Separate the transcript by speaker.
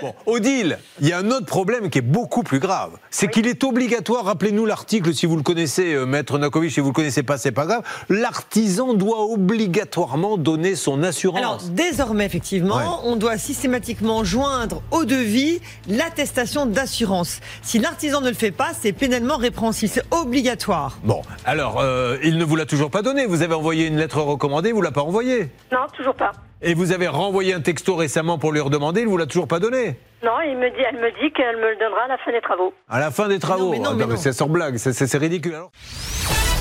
Speaker 1: Bon, Odile, il y a un autre problème qui est beaucoup plus grave. C'est qu'il est obligatoire, rappelez-nous l'article si vous le connaissez, euh, Maître Nakovic, si vous le connaissez pas, c'est pas grave. L'artisan doit obligatoirement donner son assurance.
Speaker 2: Alors, désormais, effectivement,
Speaker 1: Ouais.
Speaker 2: on doit systématiquement joindre au devis l'attestation d'assurance. Si l'artisan ne le fait pas, c'est pénalement répréhensible. C'est obligatoire.
Speaker 1: Bon, alors, euh, il ne vous l'a toujours pas donné. Vous avez envoyé une lettre recommandée, il vous l'a pas envoyée.
Speaker 3: Non, toujours pas.
Speaker 1: Et vous avez renvoyé un texto récemment pour lui redemander, il vous l'a toujours pas donné.
Speaker 3: Non, il me dit, elle me dit qu'elle me le donnera à la fin des travaux.
Speaker 1: À la fin des travaux. Ah,
Speaker 2: mais non, mais non.
Speaker 1: c'est sans blague, c'est- c'est c'est ridicule. Alors,